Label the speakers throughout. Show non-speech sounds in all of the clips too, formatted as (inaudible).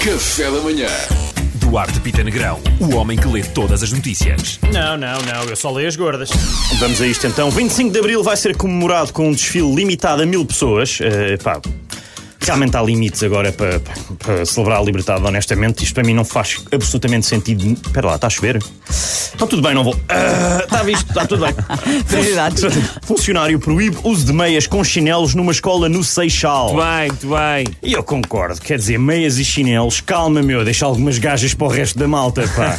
Speaker 1: Café da Manhã.
Speaker 2: Duarte Pita Negrão, o homem que lê todas as notícias.
Speaker 3: Não, não, não, eu só leio as gordas.
Speaker 4: Vamos a isto então. 25 de Abril vai ser comemorado com um desfile limitado a mil pessoas. Eh, pá, realmente há limites agora para, para- para celebrar a liberdade, honestamente. Isto para mim não faz absolutamente sentido. Espera lá, está a chover? Então tudo bem, não vou. Ah, Está visto, está tudo bem.
Speaker 5: Prioridades.
Speaker 4: Funcionário proíbe uso de meias com chinelos numa escola no Seixal.
Speaker 3: Muito bem, muito bem.
Speaker 4: E eu concordo, quer dizer, meias e chinelos, calma, meu, deixa algumas gajas para o resto da malta,
Speaker 2: (laughs)
Speaker 4: pá.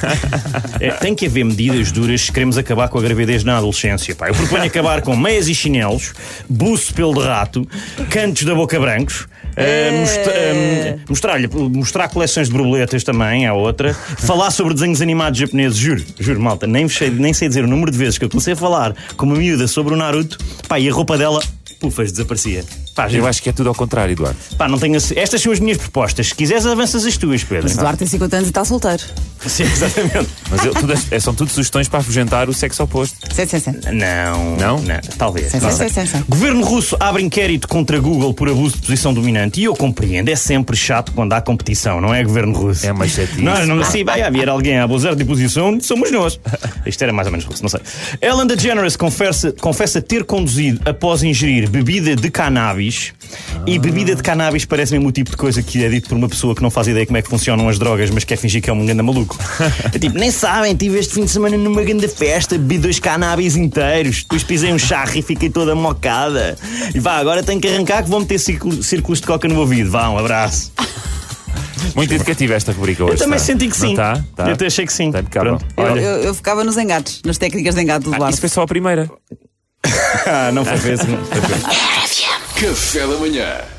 Speaker 4: É, tem que haver medidas duras se queremos acabar com a gravidez na adolescência, pá. Eu proponho acabar com meias e chinelos, buço pelo de rato, cantos da boca brancos. eh, most- eh, mostrar-lhe- mostrar coleções de borboletas também é outra. Falar sobre desenhos animados japoneses, juro, juro, malta. Nem, vos sei, nem sei dizer o número de vezes que eu comecei a falar com uma miúda sobre o Naruto, pá, e a roupa dela, pufas, desaparecia. Pá,
Speaker 2: Eu acho que é tudo ao contrário, Duarte.
Speaker 4: Pá, não tenho a... ce- Estas são as minhas propostas. Se quiseres, avanças as tuas, Pedro.
Speaker 5: Mas o Duarte tem 50 anos e está solteiro.
Speaker 4: Sim, exatamente.
Speaker 2: Mas eu- tudo- é- são tudo sugestões para afugentar o sexo oposto.
Speaker 5: Sim, sim, sim.
Speaker 4: Não.
Speaker 2: Não?
Speaker 4: Talvez.
Speaker 5: Sim,
Speaker 4: não
Speaker 5: sim,
Speaker 4: sei.
Speaker 5: sim, sim, sim.
Speaker 4: Governo russo abre inquérito contra Google por abuso de posição dominante. E eu compreendo, é sempre chato quando há competição, não é, governo russo?
Speaker 2: É uma chatice.
Speaker 4: Nós não assim, vai haver alguém a abusar de posição, somos nós. Isto era mais ou menos russo, não sei. Ellen DeGeneres confessa, confessa ter conduzido após ingerir bebida de cannabis.
Speaker 2: Ah.
Speaker 4: E bebida de cannabis parece mesmo o tipo de coisa que é dito por uma pessoa que não faz ideia como é que funcionam as drogas, mas quer fingir que é um grande maluco.
Speaker 2: (laughs)
Speaker 4: É tipo, nem sabem, tive este fim de semana numa grande festa, bebi dois cannabis inteiros, depois pisei um charro e fiquei toda mocada. E vá, agora tenho que arrancar que vou meter círculo- círculos de coca no ouvido. Vá, um abraço.
Speaker 2: Muito educativa esta rubrica hoje.
Speaker 4: Eu também
Speaker 2: tá?
Speaker 4: senti que sim.
Speaker 2: Não tá? Tá.
Speaker 4: Eu até achei que sim.
Speaker 2: Tá impecável.
Speaker 4: Pronto.
Speaker 5: Eu,
Speaker 2: Olha,
Speaker 5: eu- eu ficava nos engates, nas técnicas de engate do
Speaker 2: ah, isso
Speaker 5: Duarte.
Speaker 2: foi só a primeira.
Speaker 4: Ah, não foi mesmo.
Speaker 1: Café da Manhã.